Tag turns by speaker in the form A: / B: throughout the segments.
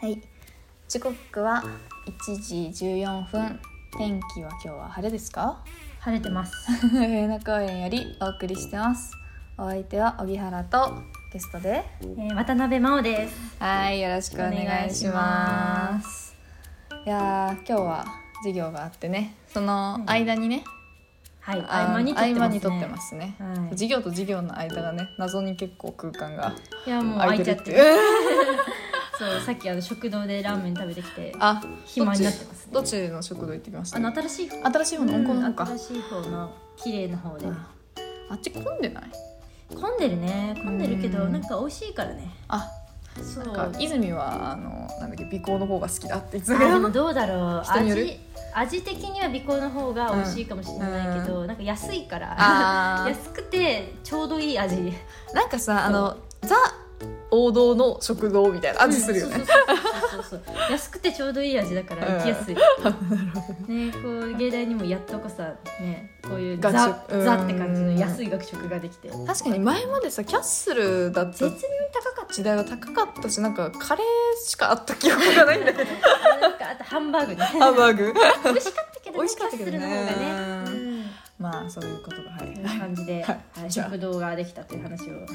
A: はい時刻は1時14分天気は今日は晴れですか
B: 晴れてます。
A: 上野公園よりお送りしてますお相手は荻原とゲストで
B: えー、渡辺真央です。
A: はいよろしくお願いしますいやー今日は授業があってねその間にね、
B: はい、
A: あの合間に撮ってますすね、
B: はい
A: 授業と授業の間がね謎に結構空間が
B: ね。いやもう
A: 空
B: 空
A: い
B: い
A: てる
B: ちゃ
A: っ
B: ってて
A: い
B: る。
A: う
B: そうさっきあの食堂でラーメン食べてきて、
A: あ
B: 暇になってますね
A: どっちどっちの食堂行ってきまし
B: あ
A: た
B: の新しい方、
A: 新しい方の
B: う
A: 温厚
B: ん
A: の方か、
B: 新しい方の綺麗な方で、
A: ああっち混んでない
B: 混んでるね、混んでるけど
A: うん
B: なんか美味しいからね。
A: あ
B: そ
A: なん
B: う
A: か。泉はあのなんだっけ美行の方が好きだって言ってたけ
B: あで
A: ど
B: もどうだろう。
A: 人による
B: 味味的には美香の方が美味しいかもしれないけど、なんか安いから。
A: あ
B: 安くてちょうどいい味
A: ーなんかさあのザ王道の食堂みたいな味するよね、
B: うんそうそうそうそうそうそう安くてちょうどいい味だから行きやすい、 ねこう芸大にもやっとこさねこういうザ
A: 学食うん
B: ザって感じの安い学食ができて絶
A: 確かに前までさキャッスルだった
B: 妙に高かっ
A: 時代は高かったしなんかカレーしかあった記憶がないんだ けど
B: たなんかあとハンバーグね
A: ハンバ ーグ
B: 美味しかったけどね
A: 美味しかったけどね
B: キャッスルの方がねうん
A: まあそういうことがは
B: という
A: い
B: 感じで、
A: はい
B: はい
A: じゃあ
B: 食堂ができたという話を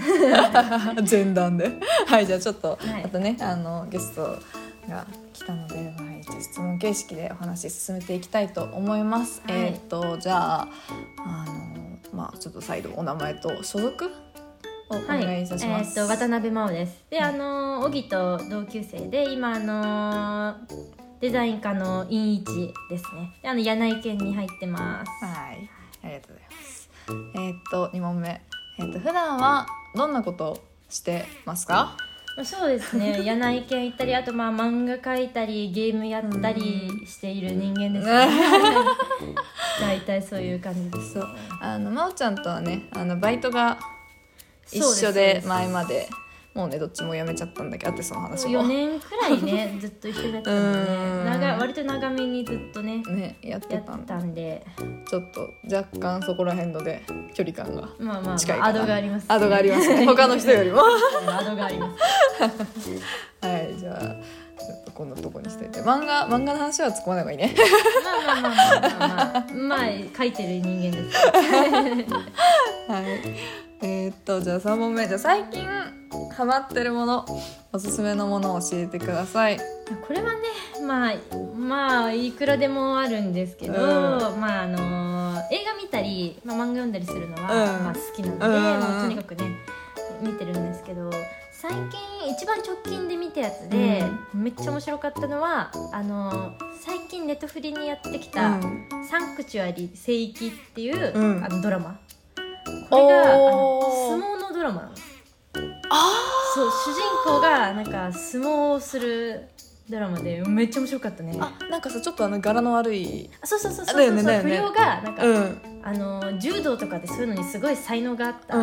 A: 前段ではいじゃあちょっと、
B: はい
A: あとねあのゲストが来たので、はい、じゃあ質問形式でお話進めていきたいと思います、
B: はい
A: えーっ、とじゃああのまあちょっと再度お名前と所属をお
B: はい
A: 願いいたします、
B: えー、と渡辺真央ですで
A: はい
B: あの荻と同級生で今あのデザイン科の院一ですねであの柳井県に入ってます
A: はい、ありがとうございます。えーっと二問目、えーっと普段はどんなことをしてますか？
B: まあそうですね柳井県行ったりあとまあ漫画描いたりゲームやったりしている人間ですね大体そういう感じです
A: そう、あのまおちゃんとはね、あのバイトが一
B: そうす
A: 緒で
B: そう
A: 前まで、もうねどっちも辞めちゃったんだけど、あってその話
B: 4
A: も
B: 年くらいねずっと一緒だったので、
A: うん
B: ね、長い割と長めにずっとね
A: ねやって
B: や
A: た
B: っ
A: ん
B: たんで
A: ちょっと若干そこら辺ので距離感が
B: まあまあ、
A: 近い
B: ま
A: か
B: あ、
A: な
B: アドがあります、
A: アドがあります ね。他の人よりも。
B: アドがあります
A: はい、じゃあちょっとこんなとこにしてて、漫画漫画の話は突っ込まない方がいいね。
B: まあまあまあまあまあ、まあ、まあ書いてる人間ですから
A: はい。えーっとじゃあ三問目じゃあ最近ハマってるものおすすめのものを教えてください。
B: これはねまあまあいくらでもあるんですけど、
A: うん
B: まああの映画見たり、まあ、漫画読んだりするのは、
A: うん
B: まあ、好きなので、
A: うん
B: まあ、とにかくね見てるんですけど最近一番直近で見たやつで、めっちゃ面白かったのはあの最近ネットフリにやってきた「
A: ん。
B: サンクチュアリ聖域」っていう、
A: うん
B: あのドラマこれがあの
A: おー
B: 相撲のドラマなの。
A: あ
B: そう主人公がなんか相撲をするドラマでめっちゃ面白かったね
A: ーあなんかさちょっとあの柄の悪い。
B: あそうそうそうそう
A: だよ
B: そう、
A: ねだよ
B: 不
A: ね
B: 良がなんか、
A: うん。
B: あの柔道とかでそういうのにすごい才能があった、
A: う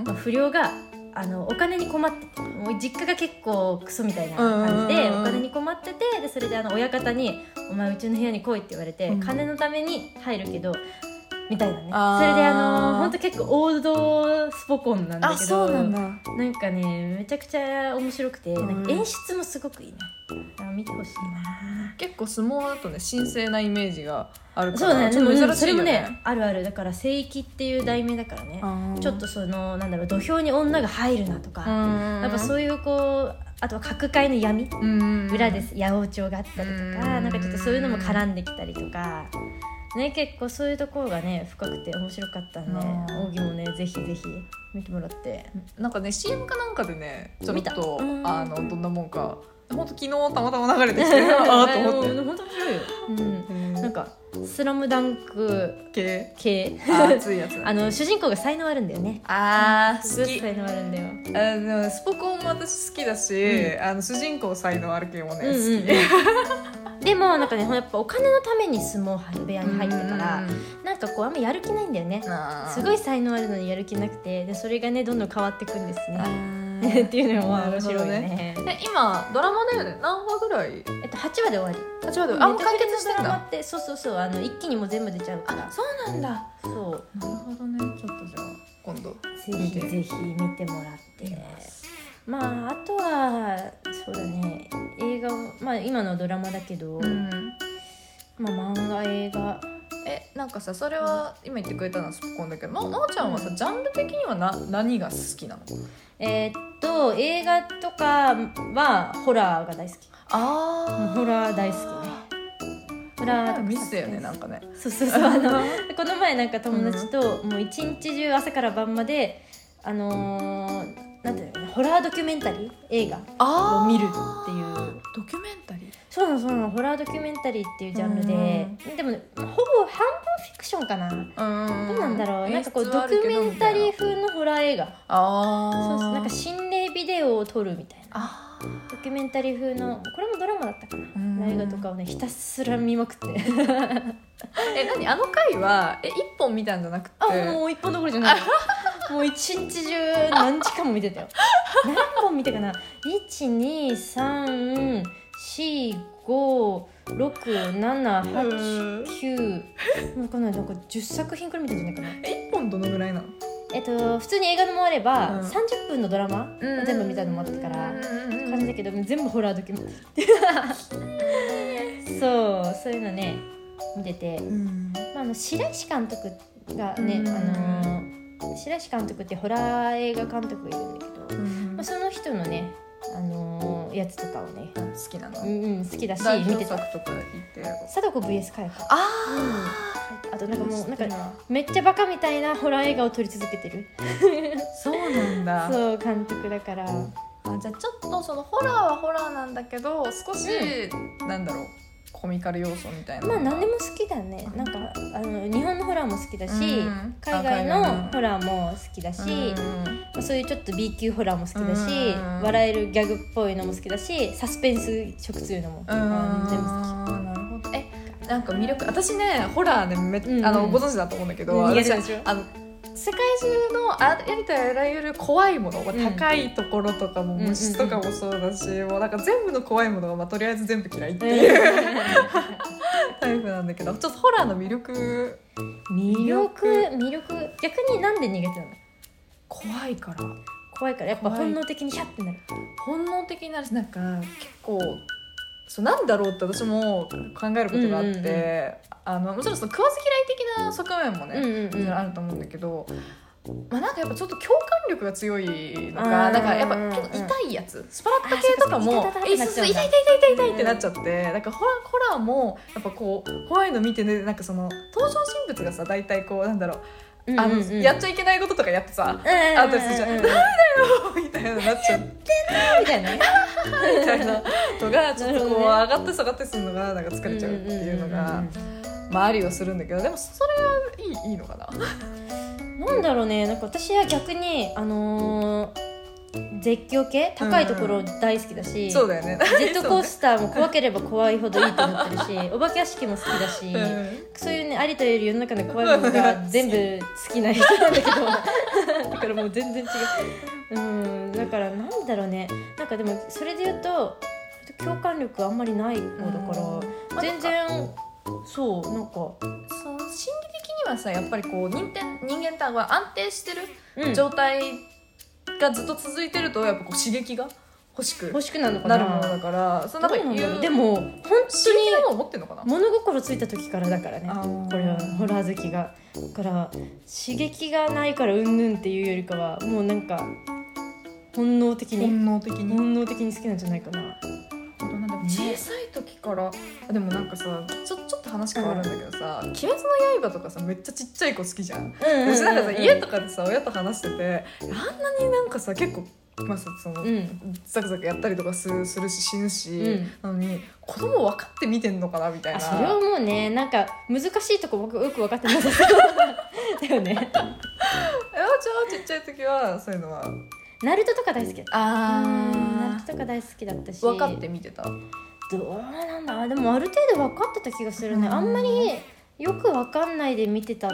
A: ん。
B: まあ不良があのお金に困っててもう実家が結構クソみたいな感じで、
A: うんうんうん
B: お金に困っててでそれであの親方に「お前うちの部屋に来い」って言われて、
A: うん
B: 金のために入るけどみたいなね
A: あー
B: それであの本当結構王道スポコンなんだけど
A: あそうなんだ。
B: なんかねめちゃくちゃ面白くて、
A: うん
B: なんか演出もすごくいいねあ見てほしいな
A: 結構相撲だとね神聖なイメージがあるか
B: そうだ
A: ら
B: ね
A: ち
B: で
A: ょっ
B: も
A: と
B: う
A: 珍
B: んそ
A: し
B: れ
A: い
B: も
A: よね。
B: ねあるあるだから「聖域」っていう題名だからね
A: あー
B: ちょっとそのなんだろう土俵に女が入るなと
A: う
B: か、
A: ん。
B: やっぱそういうこうあとは各界の闇
A: うん
B: 裏です八百長があったりとか、
A: うん
B: なんかちょっとそういうのも絡んできたりとか。ね、結構そういうところがね深くて面白かったんで
A: うん
B: 奥義もねぜひぜひ見てもらって
A: なんかね CM かなんかでねちょっ
B: 見た
A: と
B: うん
A: あのどんなもんか本当昨日たまたま流れて きてああと思って。
B: 本当面白いよ、うん、
A: うん
B: なんか「スラムダンク
A: 系
B: 系
A: あ熱いやつ
B: あの主人公が才能あるんだよね
A: あー
B: す
A: 好
B: ごい
A: き
B: 才能あるんだよ
A: あでもスポコンも私好きだし、
B: う
A: あの主人公才能ある系もね、
B: うんうん
A: 好
B: でもなんかねやっぱお金のために相撲部屋
A: き
B: に入ったから
A: うん
B: なんかこうあんまやる気ないんだよねすご
A: い
B: い才能あるのにやる気なくてでそれがねどんどん変わってくんですねっ
A: え
B: ていうのもまあ面白いよね
A: 今ドラマだよね何話ぐらい
B: えっと8話で終わり
A: あ違う
B: で
A: あもう完結してるん
B: ドラマ
A: だ
B: ってそうそうそうあの一気にもう全部出ちゃうから
A: そうなんだな
B: そう
A: るほどねちょっとじゃあ今度
B: ぜひぜひ見てもらってまああとはそうだねまあ今のドラマだけど、
A: うん
B: まあ漫画映画
A: えなんかさそれは今言ってくれたのはすっこんだけどななおちゃんはさジャンル的にはな何が好きなの
B: えーっと映画とかはホラーが大好き
A: あ
B: ホラー大好きねホラーとか
A: ミスだよ ねなんかね
B: そうそう そうあのこの前なんか友達ともう一日中朝から晩まであのーなんていうのかなホラードキュメンタリー映画
A: あー
B: を見るっていう
A: ドキュメンタリー
B: そうなのそうなのホラードキュメンタリーっていうジャンルででも、ほぼ半分フィクションかなど
A: うん
B: うなんだろうなんかこうドキュメンタリー風のホラー映画
A: ああ
B: そうそうなんか心霊ビデオを撮るみたいな
A: あー
B: ドキュメンタリー風のこれもドラマだったかな
A: うん
B: 映画とかをねひたすら見まくって
A: え何あの回はえ一本見たんじゃなくて
B: あもう一本どころじゃない もう一日中何時間も見てた よ何本見たかな
A: うん
B: 123456789もうこのなんか10作品くらい見たんじゃないかな
A: え一本どのぐらいなの
B: えっと普通に映画のもあれば、
A: うん
B: 30分のドラマ、全部見たのもあったから感じだけど全部ホラードキュメンタリー そうそういうのね見てて、
A: うん
B: まあ、あの白石監督がね、
A: うん
B: あの白石監督ってホラー映画監督がいるんだけど、まあ、その人のね、あのやつとかをね、
A: 好きなの
B: うんうん、好きだし
A: 代
B: 見
A: 表
B: てた
A: 作とか言って
B: 貞子 VS 佳代子
A: あ
B: あとなんかもうな
A: 知っ
B: ん
A: てる
B: か
A: わ
B: めっちゃバカみたいなホラー映画を撮り続けてる
A: あそうなんだ
B: そう監督だから
A: あじゃあちょっとそのホラーはホラーなんだけど少し、なんだろうコミカル要素みたいな
B: まあ何でも好きだねなんかあの日本のホラーも好きだし、
A: うん
B: 海外
A: あ
B: の
A: 海
B: ホラーも好きだし、
A: うん
B: そういうちょっと B 級ホラーも好きだし、
A: うん
B: 笑えるギャグっぽいのも好きだしサスペンス色強いのも、
A: うん
B: あの全部好き
A: なるほどえなんか魅力私ねホラーでめ、
B: うん
A: あのご存知だと思うんだけど、
B: うん
A: 私
B: 苦手でしょ
A: あの世界中のあやりとあらゆる怖いもの、まあ
B: うん
A: 高いところとかも
B: うん
A: 虫とかもそうだし、もうなんか全部の怖いものが、まあ、とりあえず全部嫌いって いう、タイプなんだけどちょっとホラーの魅力
B: 魅力
A: 魅
B: 魅力逆になんで逃げてるの
A: 怖いから
B: 怖いからやっぱ
A: 怖い
B: 本能的にシャッてなる
A: 本能的になるしなんか結構そうなんだろうって私も考えることがあって、
B: うんうんうん
A: あのもちろんその食わず嫌い的な側面もね、
B: うんうんうん
A: あると思うんだけど、まあ、なんかやっぱちょっと共感力が強いのか
B: あー
A: なんかやっぱ結構痛いやつスパラッタ系とか
B: あ
A: も
B: ーそうかそうか
A: えそうそう痛い痛い痛い痛いってなっちゃって、なんかホラーホラーもやっぱこう怖いの見てねなんかその登場人物がさ大体こうなんだろうあの、やっちゃいけないこととかやってさ
B: あ
A: あ私じゃ
B: うんうんうん
A: みたいななっちゃう
B: みたいなね
A: みたいなのがちょっとこう上がって下がってするのがなんか疲れちゃうっていうの
B: ん
A: が
B: ん
A: まあありはするんだけどでもそれはいいいいのかな。
B: うんうんなんだろうねなんか私は逆にあのー絶叫系高いところ大好きだし、
A: そうだよね。
B: ジェットコースターも怖ければ怖いほどいいと思ってる しお化け屋敷も好きだし、
A: うん
B: そういうねありとあらゆる世の中の怖いものが全部好きな人なんだけ どだからもう全然違ううんだからなんだろうねなんかでもそれで言うと共感力あんまりない方だから、
A: まあ
B: 全然そうなんか、
A: その心理的にはさやっぱりこう人間人間っては安定してる
B: うん、
A: 状態がずっと続いてるとやっぱこう刺激が欲しく
B: 欲しくなるのか
A: な
B: な
A: るものだからそ
B: ど
A: の
B: うなんだろうでも本
A: 刺激なもの持ってるのかな
B: 当物心ついた時からだからね
A: あー
B: これはホラー好きがだから刺激がないからうんぬんっていうよりかはもうなんか本能的に
A: 本能的に。
B: 本能的に好きなんじゃないかな
A: 小さい時からあでもなんかさちょちょっと話変わるんだけどさ「鬼滅の刃」とかさめっちゃちっちゃい子好きじゃん。うちなんかさ家とかでさ親と話しててあんなになんかさ結構まあさその、
B: うん
A: ザクザクやったりとかするするし死ぬし、
B: うん
A: なのに子供分かって見てんのかなみたいな
B: あそれはもうねなんか難しいとこ僕よく分かってなさそうだよね
A: えわちゃんはちっちゃい時はそういうのは
B: ナルトとか大好きだったうんナル
A: あ
B: トとか大好きだったし
A: 分かって見てた
B: どうなんだでもある程度分かってた気がするね、
A: うん
B: あんまりよく分かんないで見てたっ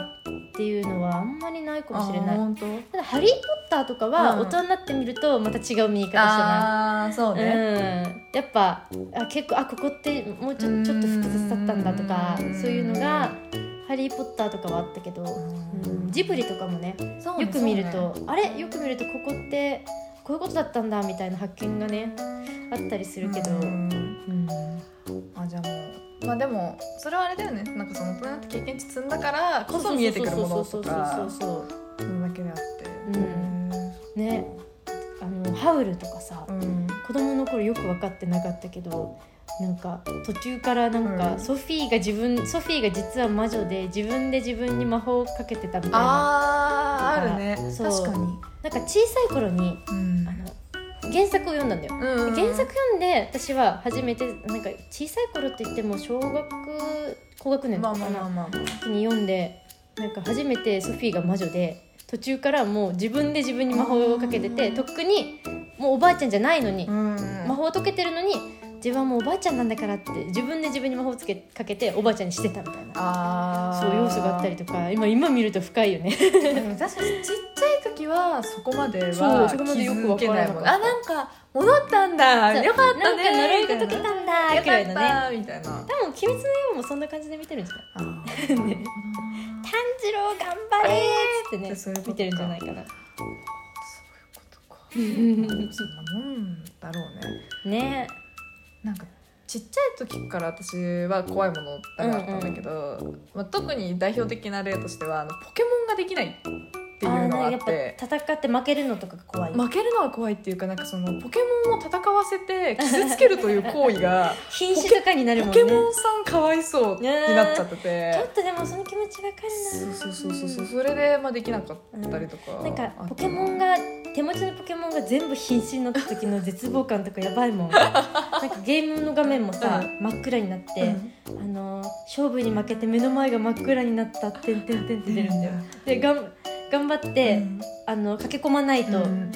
B: ていうのはあんまりないかもしれない
A: 本当
B: ただ「ハリー・ポッター」とかは
A: うん
B: 大人になってみるとまた違う見え方したな、
A: ああーそう
B: うん
A: ね、
B: やっぱあ結構あここってもうち
A: う
B: ょ
A: ん
B: ちょっと複雑だったんだとか
A: うん
B: そういうのが「ハリー・ポッター」とかはあったけど、うんジブリとかもね
A: そうね
B: よく見ると、
A: そうね
B: あれよく見るとここってこういうことだったんだみたいな発見がねあったりするけど、
A: うん
B: うん
A: あじゃあもうまあでもそれはあれだよねなんかその大人になって経験値積んだからこそ見えてくるもの
B: そ
A: と
B: うそうそ
A: か
B: うそう
A: そんだけであって
B: うんそうねあのハウルとかさ、
A: うん
B: 子供の頃よく分かってなかったけどなんか途中からなんか、
A: うん
B: ソフィーが自分ソフィーが実は魔女で自分で自分に魔法をかけてたみたいな
A: あーあるね
B: そう
A: 確かに
B: なんか小さい頃に
A: うん
B: あの原作を読んだんだよ。
A: うん
B: 原作読んで私は初めてなんか小さい頃って言っても小学高学年と
A: まあ
B: か
A: ま
B: か
A: あまあ
B: な
A: まあ
B: 時に読んでなんか初めてソフィーが魔女で途中からもう自分で自分に魔法をかけてて
A: うん
B: とっくにもうおばあちゃんじゃないのに
A: うん
B: 魔法を解けてるのに自分はもうおばあちゃんなんだからって自分で自分に魔法をつけかけておばあちゃんにしてたみたいな
A: あー
B: そういう要素があったりとか今今見ると深いよ ね。
A: うん確かにちっちゃい時はそこまで
B: そう
A: は
B: そ
A: 気
B: こまでよく
A: づ
B: わか
A: け
B: ら
A: な
B: ないか
A: も
B: っ
A: ん
B: た
A: あなんか戻ったんだよかったね
B: なんか呪いが
A: み
B: 解
A: た
B: け
A: いな
B: たんだくらいのね。
A: よかったみたいな
B: 多分「鬼滅の刃」もそんな感じで見てるんじゃない
A: あー
B: ね炭治郎頑張れーっつってね、
A: そういうことか
B: 見てるんじゃないかな
A: そういうことかそんなもんだろうね
B: ね
A: なんかちっちゃい時から私は怖いものだらけだったんだけど、まあ、特に代表的な例としてはあのポケモンができないっていうのがあ
B: や
A: っ
B: ってぱ戦って負けるのとかが怖い、
A: 負けるのは怖いっていうかなんかそのポケモンを戦わせて傷つけるという行為が
B: 瀕死とかになるも
A: ポ
B: んね
A: ケモンさんかわいそうになっちゃって
B: ちょ
A: て
B: っ。とでもその気持ちわかる
A: そう
B: な
A: そうそうそうそうそれでまあできなかったりとか、
B: なん
A: あ
B: か
A: と
B: ポケモンが手持ちのポケモンが全部瀕死になった時の絶望感とかやばいもんなんかゲームの画面もさ真っ暗になって、あのー勝負に負けて目の前が真っ暗になったってんてんてんって出るんだよでがん頑張って、あの駆け込まないと、
A: うん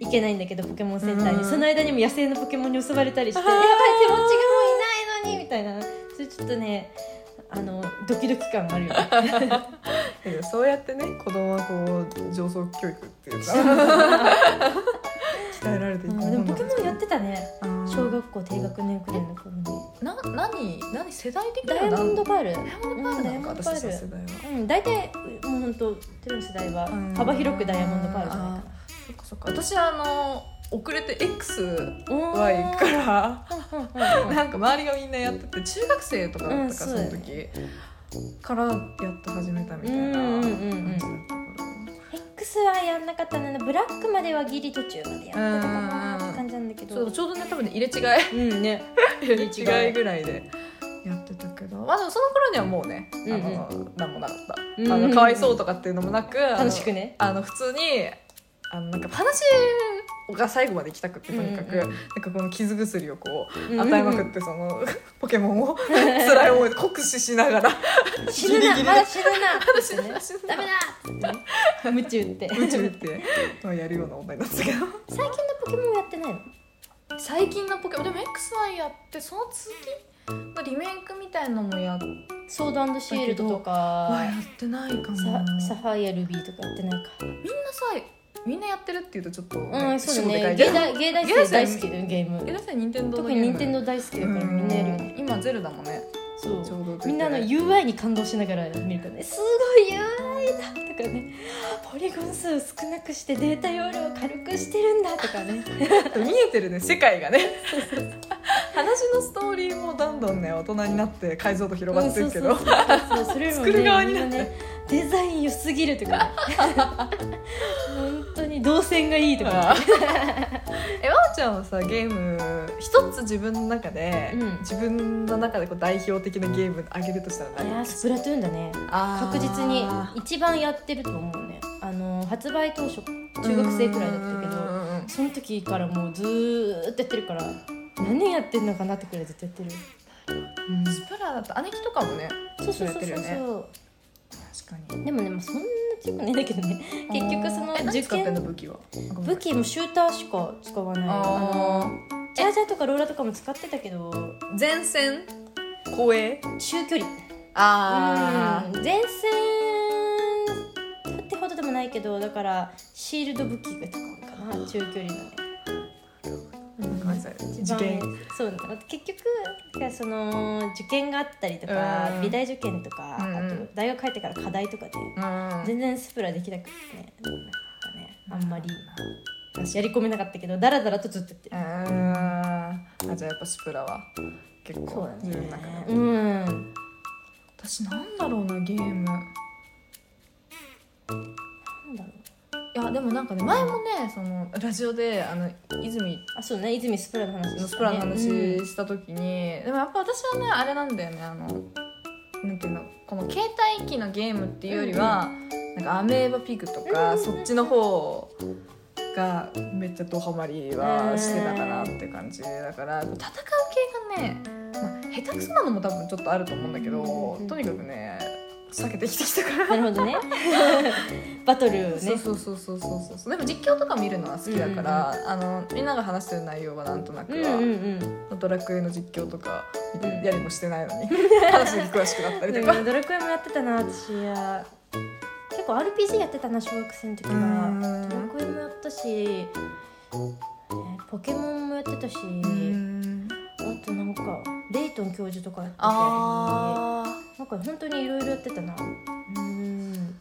B: いけないんだけどポケモンセンターに、
A: うん
B: その間にも野生のポケモンに襲われたりして
A: あ
B: 「
A: ー
B: やばい手持ちがもういないのに」みたいなそれちょっとねあのドキドキ感もあるよね
A: だけど そうやってね子供はこう上層教育って いうか鍛えられてい
B: うん
A: く
B: でもポケモンやっててたね小学校低学年くらいの頃に
A: な何何世代的
B: ダイヤモンド
A: パ
B: パール
A: ールなのか
B: うん
A: 私た
B: ダイヤモンドパー
A: ちの世代は
B: ルうん大体もうほんとテの世代は
A: うん
B: 幅広くダイヤモンドパールじゃないか
A: そっかそっか私あの遅れて XY
B: なおー
A: か
B: うんうんうん
A: らなんか周りがみんなやってて中学生とかだったか
B: うん
A: そ
B: そう
A: の
B: だね
A: 時からやっと始めたみたいな
B: うんうんうんう
A: 感じだっ
B: ん
A: たか
B: X はやんなかったなブラックまではギリ途中までやってたかなって感じなんだけ
A: らそう
B: ど
A: ちょうどね多分ね入れ違い
B: うんね
A: 入れ違いぐらいでやってたけどまあでもその頃にはもうね、あの何もなかった、
B: うん
A: あのかわいそうとかっていうのもなく
B: 楽しくね
A: あのあの普通にあのなんか話が最後まで行きたくってとにかく、
B: うんうん
A: な
B: う
A: んかこの傷薬をこう
B: うん
A: 与えまくってその、 ポケモンを辛い思いで酷使しなが ら
B: 死ぬな
A: ギリギリで
B: まだ死ぬな
A: 死ぬ な死ぬな
B: ダメだってね夢中って
A: 夢中って、まあ、やるような女になったけど
B: 最近のポケモンやってないの
A: 最近のポケモンでも XY やってその次のリメイクみたいのもやっ
B: ソードシールドと
A: は
B: か
A: やってないかも
B: ササファイアルビーとかやってないか
A: みんなさみんなやってるっていうとちょっと、
B: うんそうだね
A: ゲ
B: 芸
A: ー
B: 大芸大生大好きだよゲーム
A: 皆さん任天堂の
B: 特
A: ゲー
B: に
A: ム
B: 任天堂大好きだからみんなやるよね
A: うん今ゼルダもね
B: そ
A: ち
B: う
A: ょうど出て
B: みんなあの UI に感動しながら見るからねすごい UI だとかねポリゴン数少なくしてデータ容量を軽くしてるんだとかね
A: 見えてる ね世界がね話のストーリーもどんどんね大人になって解像度広がってるけど、
B: うんそうそうそうそうそれもね
A: 作る側になって
B: みんねデザイン良すぎる とか本当に動線がいいとか
A: あーえまおちゃんはさゲーム一つ自分の中で、
B: うん
A: 自分の中でこう代表的なゲームあげるとしたら
B: い
A: 何
B: やースプラトゥーンだね
A: あ
B: 確
A: ー
B: 実に一番やってると思うねあの発売当初中学生くらいだったけ
A: うんう
B: ど
A: んうん
B: その時からもうずーっとやってるから何年やってんのかなってくらいずっとやってる、うん、
A: スプラだと姉貴とかもね
B: そうそうそう
A: やってるよ
B: そう、
A: ね
B: そ
A: 確かに
B: うでもね、まあ、そんな強くないんだけどね結局その
A: え何
B: 受
A: 使ってん
B: 験
A: の武器は
B: 武器もシューターしか使わないあの
A: あ
B: ジャージャーとかローラーとかも使ってたけど
A: ー前線後衛
B: 中距離
A: あー
B: うん前線ってほどでもないけどだからシールド武器が高いかな中距離のね
A: ごめんなさい
B: 一
A: 受
B: 番
A: 験
B: そうなんだ結局だからその受験があったりとか
A: うん
B: 美大受験とか、
A: うん
B: あと大学入ってから課題とかで
A: うん
B: 全然スプラできなくてねなんかねあんまりやり込めなかったけどダラダラとずっとやってる
A: ああじゃあやっぱスプラは結
B: そう
A: 構
B: だ
A: 自分の中で、
B: ねうん
A: 私なんだろうなゲーム
B: なんだろう
A: いやでもなんかね前もねそのラジオであの泉
B: あそうね泉スプラの話でしたね
A: のスプラの話
B: うん
A: した時に、でもやっぱ私はねあれなんだよねあのなんていうのこの携帯機のゲームっていうよりは、なんかアメーバピグとか、
B: うん
A: そっちの方がめっちゃドハマりはしてたかなって感じだから戦う系がね、まあ、下手くそなのも多分ちょっとあると思うんだけど、
B: うん
A: とにかくね避けてきてきたから
B: なるほ どねバトルをね
A: そうそうそうそうそうそうでも実況とか見るのは好きだから、あのみんなが話してる内容はなんとなく
B: うん
A: は、
B: うんうん
A: ドラクエの実況とか見て
B: うん
A: やりもしてない のに話に詳しくなったりとか、
B: うんドラクエもやってたな私や結構 RPG やってたな小学生の時
A: う
B: はドラクエもやったしえポケモンもやってたし
A: ん
B: あとなんかレイトン教授とかやってたり
A: あー
B: なんか本当にいろいろやってたなうん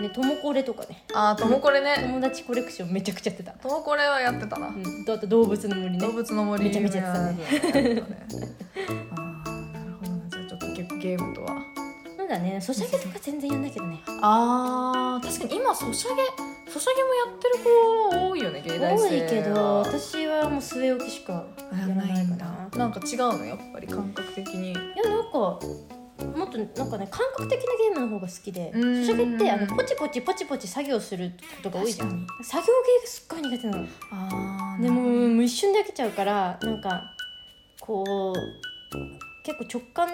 B: ねともこれとかね
A: あーともこれね
B: 友達コレクションめちゃくちゃやってた、
A: ともこれはやってたな、
B: うん、とあと動物の森ね
A: 動物の森
B: めちゃめちゃやって
A: たねあーなるほどなじゃあちょっと結構ゲームとは
B: そうだねソシャゲとか全然やんないけどね
A: あー確かに今ソシャゲソシャゲもやってる子多いよね芸大
B: 多
A: 生
B: いけど
A: は
B: 私はもう据え置きしかや
A: やら
B: らな
A: ないい
B: か
A: ん
B: な
A: だなんか違うのやっぱり感覚的に
B: いやなんかもっとなんかね感覚的なゲームの方が好きでソ
A: うん
B: シャゲってあのポチポチポチポチ作業することが多いじゃん
A: 確
B: 作業系がすっごい苦手なの
A: あ
B: でももう一瞬で飽きちゃうからなんかこう結構直感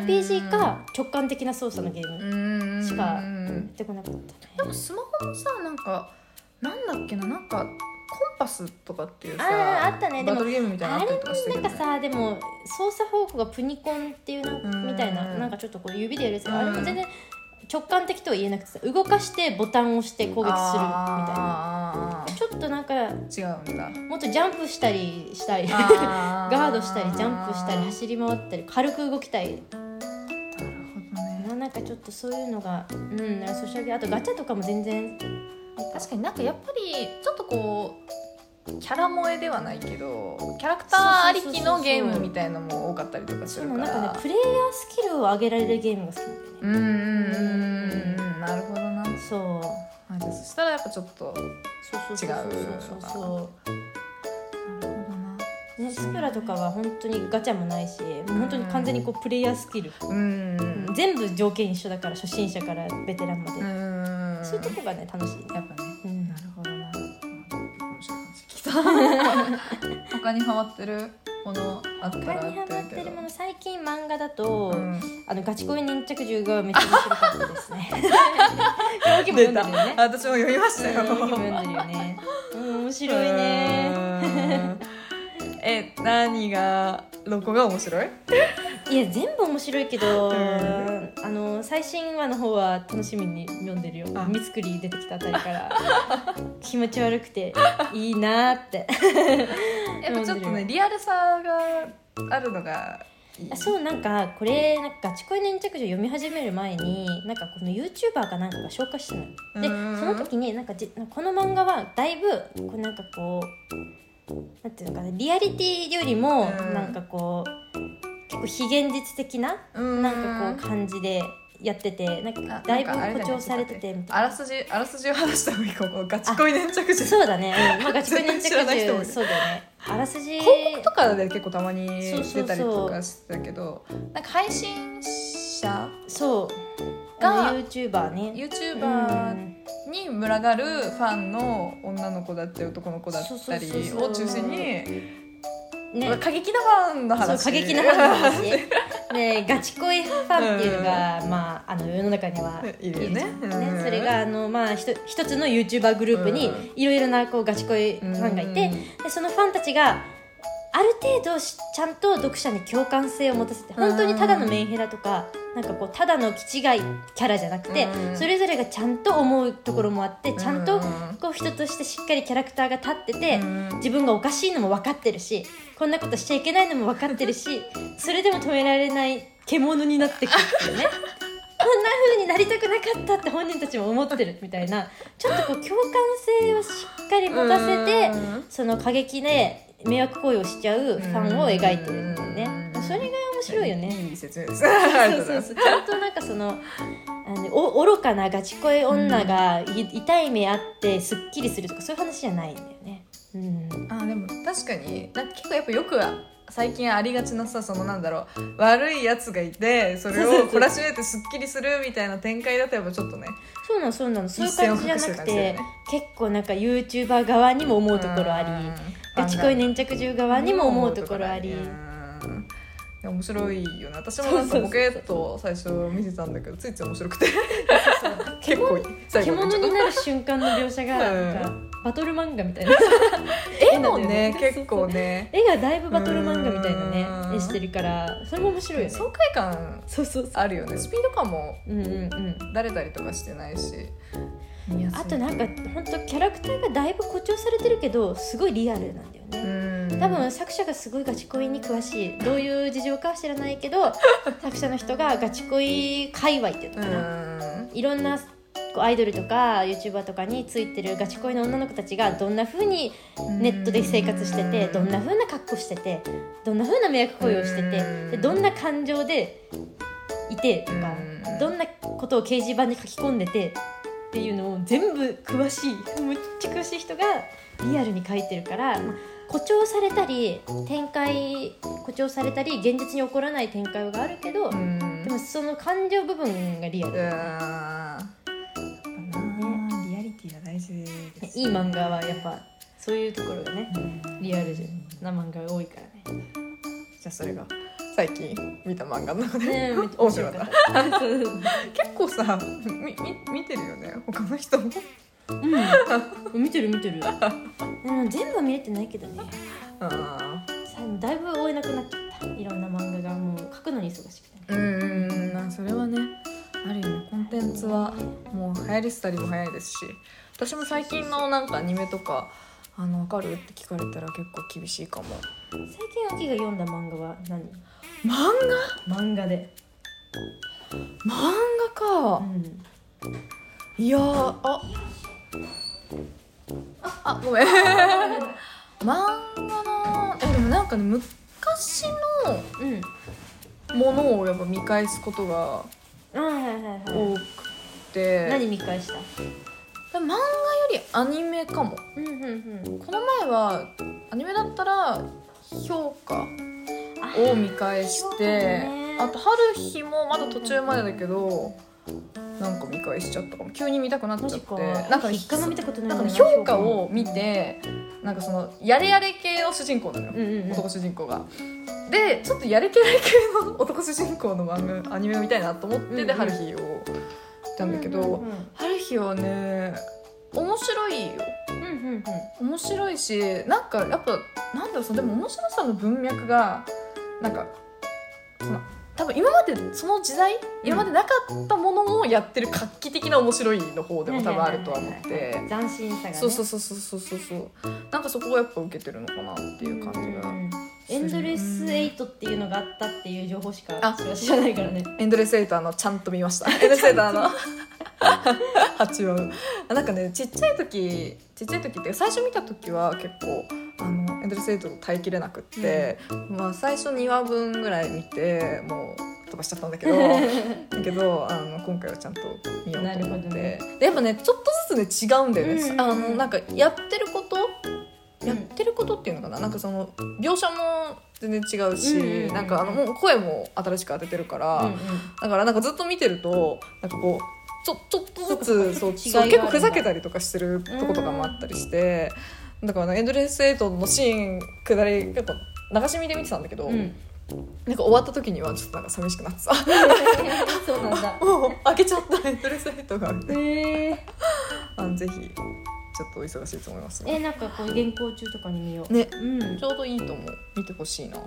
B: RPG か直感的な操作のゲームし
A: し
B: かやってこなかった
A: で
B: ね
A: もスマホもさなんかなんだっけななんかコンパスとかっていうさ
B: あーあったねでも
A: バトルゲームみたいなのあ
B: あ
A: った
B: れ
A: りとかしたけ
B: も
A: ど、ね、
B: なんかさでも操作方向がプニコンっていうなんか
A: うん
B: みたいななんかちょっとこう指でやるやつ
A: うん
B: あれも全然直感的とは言えなくてさ動かしてボタンを押して攻撃するみたいな
A: あー
B: ちょっとなんか
A: 違うんだ
B: もっとジャンプしたりしたいガ
A: ガ
B: ードしたりジャンプしたり走り回ったり軽く動きたい
A: なるほどね
B: まあなんかちょっとそういうのがうんソシャゲあとガチャとかも全然
A: 確かになんかやっぱりちょっとこうキャラ萌えではないけどキャラクターありきのゲームみたいのも多かったりとかす
B: そう
A: る
B: な
A: か
B: のなんからねプレイヤースキルを上げられるゲームが好きなんだよね
A: うんうんうんうんうんなるほどな
B: そう
A: あじゃあそしたらやっぱちょっと
B: そうそうそうそうそうそう
A: なるほどな
B: ね、スプラとかは本当にガチャもないし、もう本当に完全にこうプレイヤースキル、
A: うん
B: 全部条件一緒だから初心者からベテランまで、
A: うん
B: そういうとこがね楽しいね、
A: やっぱね
B: うん
A: なるほどな面白い話聞いた他にハマってるものあった
B: 他
A: ら
B: にハマってるもの最近漫画だ
A: う
B: と、
A: ん
B: あのガチ恋粘着銃がめっちゃ面白かったですね。表記も読んでるよね。
A: 私も読みまし
B: う
A: た
B: ん
A: よ
B: 表記も読んでるよね。うん面白いね。
A: うん え何がどこが面白い
B: いや全部面白いけど、
A: うん
B: あの最新話の方は楽しみに読んでるよ
A: あ
B: 三つくり出てきたあたりから 気持ち悪くていいなーって
A: やっぱちょっとねリアルさがあるのがいい
B: あそうなんかこれなんかガチ恋粘着女読み始める前になんかこの YouTuber かなんかが紹介してるので
A: うん
B: その時になんかじこの漫画はだいぶこうなんかこうなんていうのかなリアリティよりも
A: うん
B: なんかこう結構非現実的な
A: うん
B: なんかこう感じでやっててなん
A: あ
B: かだいぶ
A: なんかあれだね
B: 誇張されててみた
A: あ
B: い
A: ら
B: な。
A: すじあらすじを話した方がいいかもガチ恋粘着術
B: そうだね、うん、まあガチ恋粘着
A: 知ら ない人もい
B: 銃
A: る
B: そうだよねあらすじ
A: 広告とかで結構たまに出たり
B: そうそ
A: と
B: うそ
A: か
B: う
A: してたけどなんか配信者
B: そう
A: が
B: あの YouTuber ね
A: YouTuber に群がるファンの女の子だったり男の子だったり
B: そうそうそうそう
A: を中心に
B: うんね
A: 過激なファンの
B: そう
A: 話
B: 過激なファンの話 でガチ恋ファンっていうのが、まあ、あの世の中にはいい
A: るよ
B: る
A: ね
B: じゃん
A: うん
B: それがあの、まあ、ひと一つの YouTuber グループに
A: うん
B: いろいろなこうガチ恋ファンがいて、でそのファンたちがある程度しちゃんと読者に共感性を持たせて本当にただのメンヘラとかなんかこうただの気違いキャラじゃなくて
A: うん
B: それぞれがちゃんと思うところもあってちゃんと
A: う
B: こう人としてしっかりキャラクターが立ってて
A: んうん
B: 自分がおかしいのも分かってるしこんなことしちゃいけないのも分かってるしそれでも止められない獣になってくるっていうね。こんな風になりたくなかったって本人たちも思ってるみたいなちょっとこう共感性をしっかり持たせて
A: うん
B: その過激で迷惑行為をしちゃうファンを描いてるんだよね
A: うん
B: それが面白いよね
A: いい説明です。ありがと
B: そうう
A: ござい
B: そう
A: ます
B: そうちゃんとなんかそのあのお愚かなガチ恋女がい、痛い目あってすっきりするとかそういう話じゃないんだよね。うん、
A: あでも確かになんか結構やっぱよく最近ありがちなさそのなんだろう悪いやつがいてそれ
B: そうそうそ
A: を
B: う
A: 懲らしめてすっきりするみたいな展開だとやっぱちょっとね
B: そうなのそうなのそういう
A: 一線を
B: 感じじゃ
A: 隠し
B: な
A: てる
B: く
A: 感
B: て、
A: じだよね
B: 結構なんか YouTuber 側にも思うところあり
A: うん
B: ガチ恋粘着中側にも思うところあり。
A: うんいや面白いよね私もなんか
B: そうそうそうそう
A: ボケっと最初見てたんだけどついつい面白くて 結構
B: 獣
A: 最後
B: 獣
A: ちょっ
B: になる瞬間の描写が
A: うん
B: なんかバトル漫画みたい な
A: と絵もね
B: そうそうそう
A: 結構ね
B: 絵がだいぶバトル漫画みたいな
A: うん
B: ね絵してるからそれも面白いよね
A: 爽快感
B: そうそうそう
A: あるよねスピード感も
B: うんうんうん
A: だれたりとかしてないし
B: あとなんか本当キャラクターがだいぶ誇張されてるけどすごいリアルなんだよね、
A: 多
B: 多分作者がすごいガチ恋に詳しいどういう事情かは知らないけど作者の人がガチ恋界隈っていうのかな、いろんなこうアイドルとか YouTuber とかについてるガチ恋の女の子たちがどんな風にネットで生活しててどんな風な格好しててどんな風な迷惑行為をして
A: うん
B: てでどんな感情でいてとか
A: うん
B: どんなことを掲示板に書き込んでてっていうのを全部詳しいむっちゃ詳しい人がリアルに書いてるから、まあ誇張されたり展開誇張されたり現実に起こらない展開があるけど、
A: うん
B: でもその感情部分がリアル
A: う。わーリアリティが大事です
B: いい漫画はやっぱそういうところがねリアルな漫画が多いからね。
A: じゃあそれが最近見た漫画の中で
B: ねえめっち
A: 面
B: ゃ
A: 白
B: 面白
A: かった
B: かった。うん、
A: 結構さみみ見てるよね他の人も
B: 見てる見 てる。うん、全部は見れてないけどね。
A: あ
B: さだいぶ追えなくなっちゃった。いろんな漫画がもう書くのに忙しくて。
A: ーうんまあそれはねある意味コンテンツはもう流行りすたりも早いですし私も最近のなんかアニメとかあの分かるって聞かれたら結構厳しいかも
B: 最近秋が読んだ漫画は何？
A: 漫
B: 漫画で。
A: 画漫画
B: う
A: か
B: ん。
A: いやーあああ ごめん漫画のえでもなんかね昔の
B: うん。
A: ものをやっぱ見返すことが
B: あはいはいはい。
A: 多くて
B: 何見返した？
A: 漫画よりアニメかも
B: うんうんうん。
A: この前はアニメだったら評価
B: あ
A: を見返して
B: 評価ね
A: あと春日もまだ途中までだけどなんか見返しちゃったかも急に見たくなっ
B: マ
A: ちゃ
B: ジ
A: って
B: か。
A: なんか
B: 一回も見たこと
A: な
B: な
A: いん
B: な
A: かね評価を見。てなんかそのやれやれ系の主人公なのよ、
B: うんうんうん
A: 男主人公が。でちょっとやれけれ系の男主人公の漫画アニメを見たいなと思って、
B: うんう
A: で
B: ん
A: 春日を見たんだけど、
B: うんうんうん
A: 春日はね面白いよ
B: うんうんうん。
A: 面白いしなんかやっぱなんだろうそのでも面白さの文脈がなんかその多分今までその時代今までなかったものをやってる画期的な面白いの方でも多分あるとは思っ
B: はいはいはい
A: て
B: はい。斬新さが、ね、
A: そうそうそうそうそうそうそうなんかそこがやっぱ受けてるのかなっていう感じ
B: う
A: が
B: んエンドレスエイトっていうのがあったっていう情報しか
A: あ
B: 私は知らないからね
A: エンドレスエイターのちゃんと見ました エンドレスエイターの 八話あなんかねちっちゃい時ちっちゃい時って最初見た時は結構あのエンドレスエイトを耐えきれなくって、まあ最初2話分ぐらい見てもう飛ばしちゃったんだけ どだけどあの今回はちゃんと見ようと思
B: な
A: っ
B: る
A: て、
B: ほどね
A: でやっぱねちょっとずつね違うんだよね、
B: うんうんうん
A: あのなんかやってること
B: うん
A: やってることっていうのかななんかその描写も全然違うし、
B: うんうんうん
A: なんかあのもう声も新しく当ててるから、
B: うんうん
A: だからなんかずっと見てるとなんかこうちょちょっとずつそう
B: 違い
A: そう
B: があるんだ
A: 結構ふざけたりとかしてるとことかもあったりしてだからなんかエンドレスエイトのシーン下り結構流し見で見てたんだけど、
B: うん、
A: なんか終わった時にはちょっとなんか寂しくなってさ
B: そうなんだ
A: もう開けちゃったエンドレスエイトがある
B: えー、
A: あのぜひちょっとお忙しいと思います
B: え
A: ね
B: なんかこう原稿中とかに見よう、
A: ね
B: うん、
A: ちょうどいいと思う見てほしいな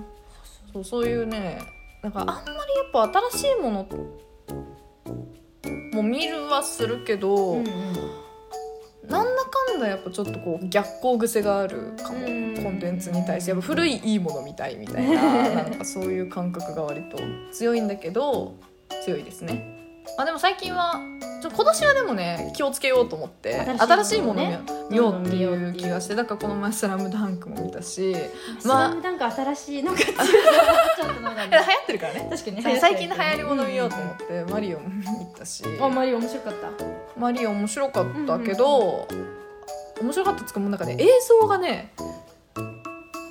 A: そうそういうねなんかあんまりやっぱ新しいものも見るはするけど、
B: うんうん
A: なんだかんだやっぱちょっとこう逆行癖があるかも
B: うん
A: コンテンツに対してやっぱ古いいいもの見たいみ たいななんかそういう感覚が割と強いんだけど強いですねあでも最近はちょ今年はでもね気をつけようと思って新
B: 新
A: し
B: し
A: い
B: い
A: も
B: も
A: のを
B: のを
A: 見
B: ね
A: よ
B: ど
A: うんっ
B: どん
A: て
B: 見ようっ
A: い
B: ていうう
A: 気がしてだからこの前「スラムダンクも見た し
B: ス
A: まあ
B: ラムダンク新しいなんか強くなっちゃったのが
A: 流行
B: ね
A: ってるからね
B: 確かにね
A: 最近の流行りもの見ようと思ってマリオも見に行ったし
B: あんまり面白かった
A: マリオ面白かったけど面白かったっつうかもうなんかね映像がね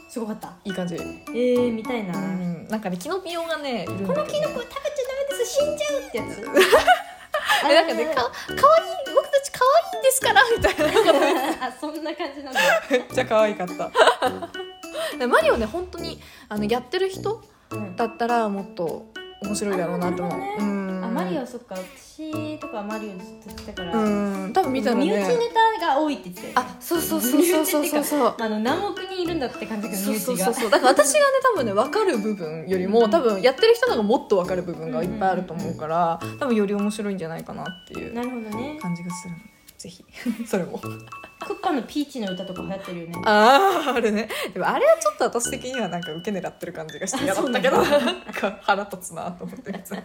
B: すごかった
A: いい感じ
B: えー、見たいな、
A: うんなんかねキノピオがねこ
B: このキノコ食べちゃダメです死んじゃうってやつ あ
A: なんかねかかわいい僕たちかわいいんですからみたいな
B: あそんな感じなんだ
A: めっちゃ可愛かった マリオね本当にあのやってる人
B: うん
A: だったらもっと面白いだろうなと思う、
B: あなるほ
A: う
B: ど
A: ん
B: あマリオそっか私とかマリオずっと来たから、
A: うん多分見たら
B: 身内
A: ね
B: ネタが多いって言ってたよね
A: あそうそうそうそうそうそうそう
B: あの何億人いるんだって感じが
A: そう
B: 身内
A: そう
B: が
A: そうそうだから私がね多分ね分かる部分よりも多分やってる人の方がもっと分かる部分がいっぱいあると思うから多分より面白いんじゃないかなっていう
B: なるほどね
A: 感じがするのでぜひ それも
B: クッパのピーチの歌とか流行ってるよね
A: あああれねでもあれはちょっと私的にはなんか受け狙ってる感じがして嫌だったけど
B: あそう
A: なんか腹立つなと思って見て た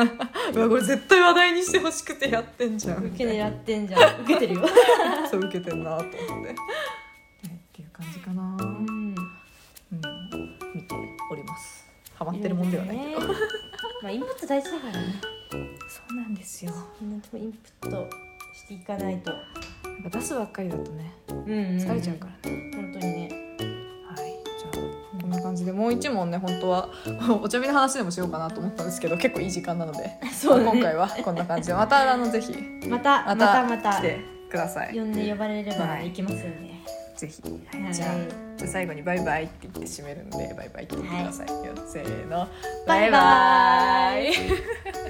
A: うわこれ絶対話題にしてほしくてやってんじゃん
B: 受け狙ってんじゃん受けてるよ
A: そう受けてんなと思って、はい、っていう感じかな、うん、
B: ん
A: 見ておりますハマってるもんではないけど、
B: ろいろねまあインプット大事だからね
A: そうなんですよ
B: みんなともインプットしていかないと、
A: なんか出すばっかりだとね
B: うんうんん
A: 疲れちゃうからね、
B: 本当にね
A: はいじゃあこんな感じでもう一問ね本当はお茶目の話でもしようかなと思ったんですけど結構いい時間なので、
B: そうだね
A: 今回はこんな感じでまたあのぜひ
B: また
A: ま
B: ま
A: た
B: たまた
A: 来てください、
B: 呼んで呼ばれれば
A: はい
B: 行きますよね、
A: ぜひ、
B: は
A: はい
B: い
A: じゃあじゃあ最後にバイバイって言って締めるんでバイバイって言ってくださいよ、せーの
B: バイバ
A: イ
B: イ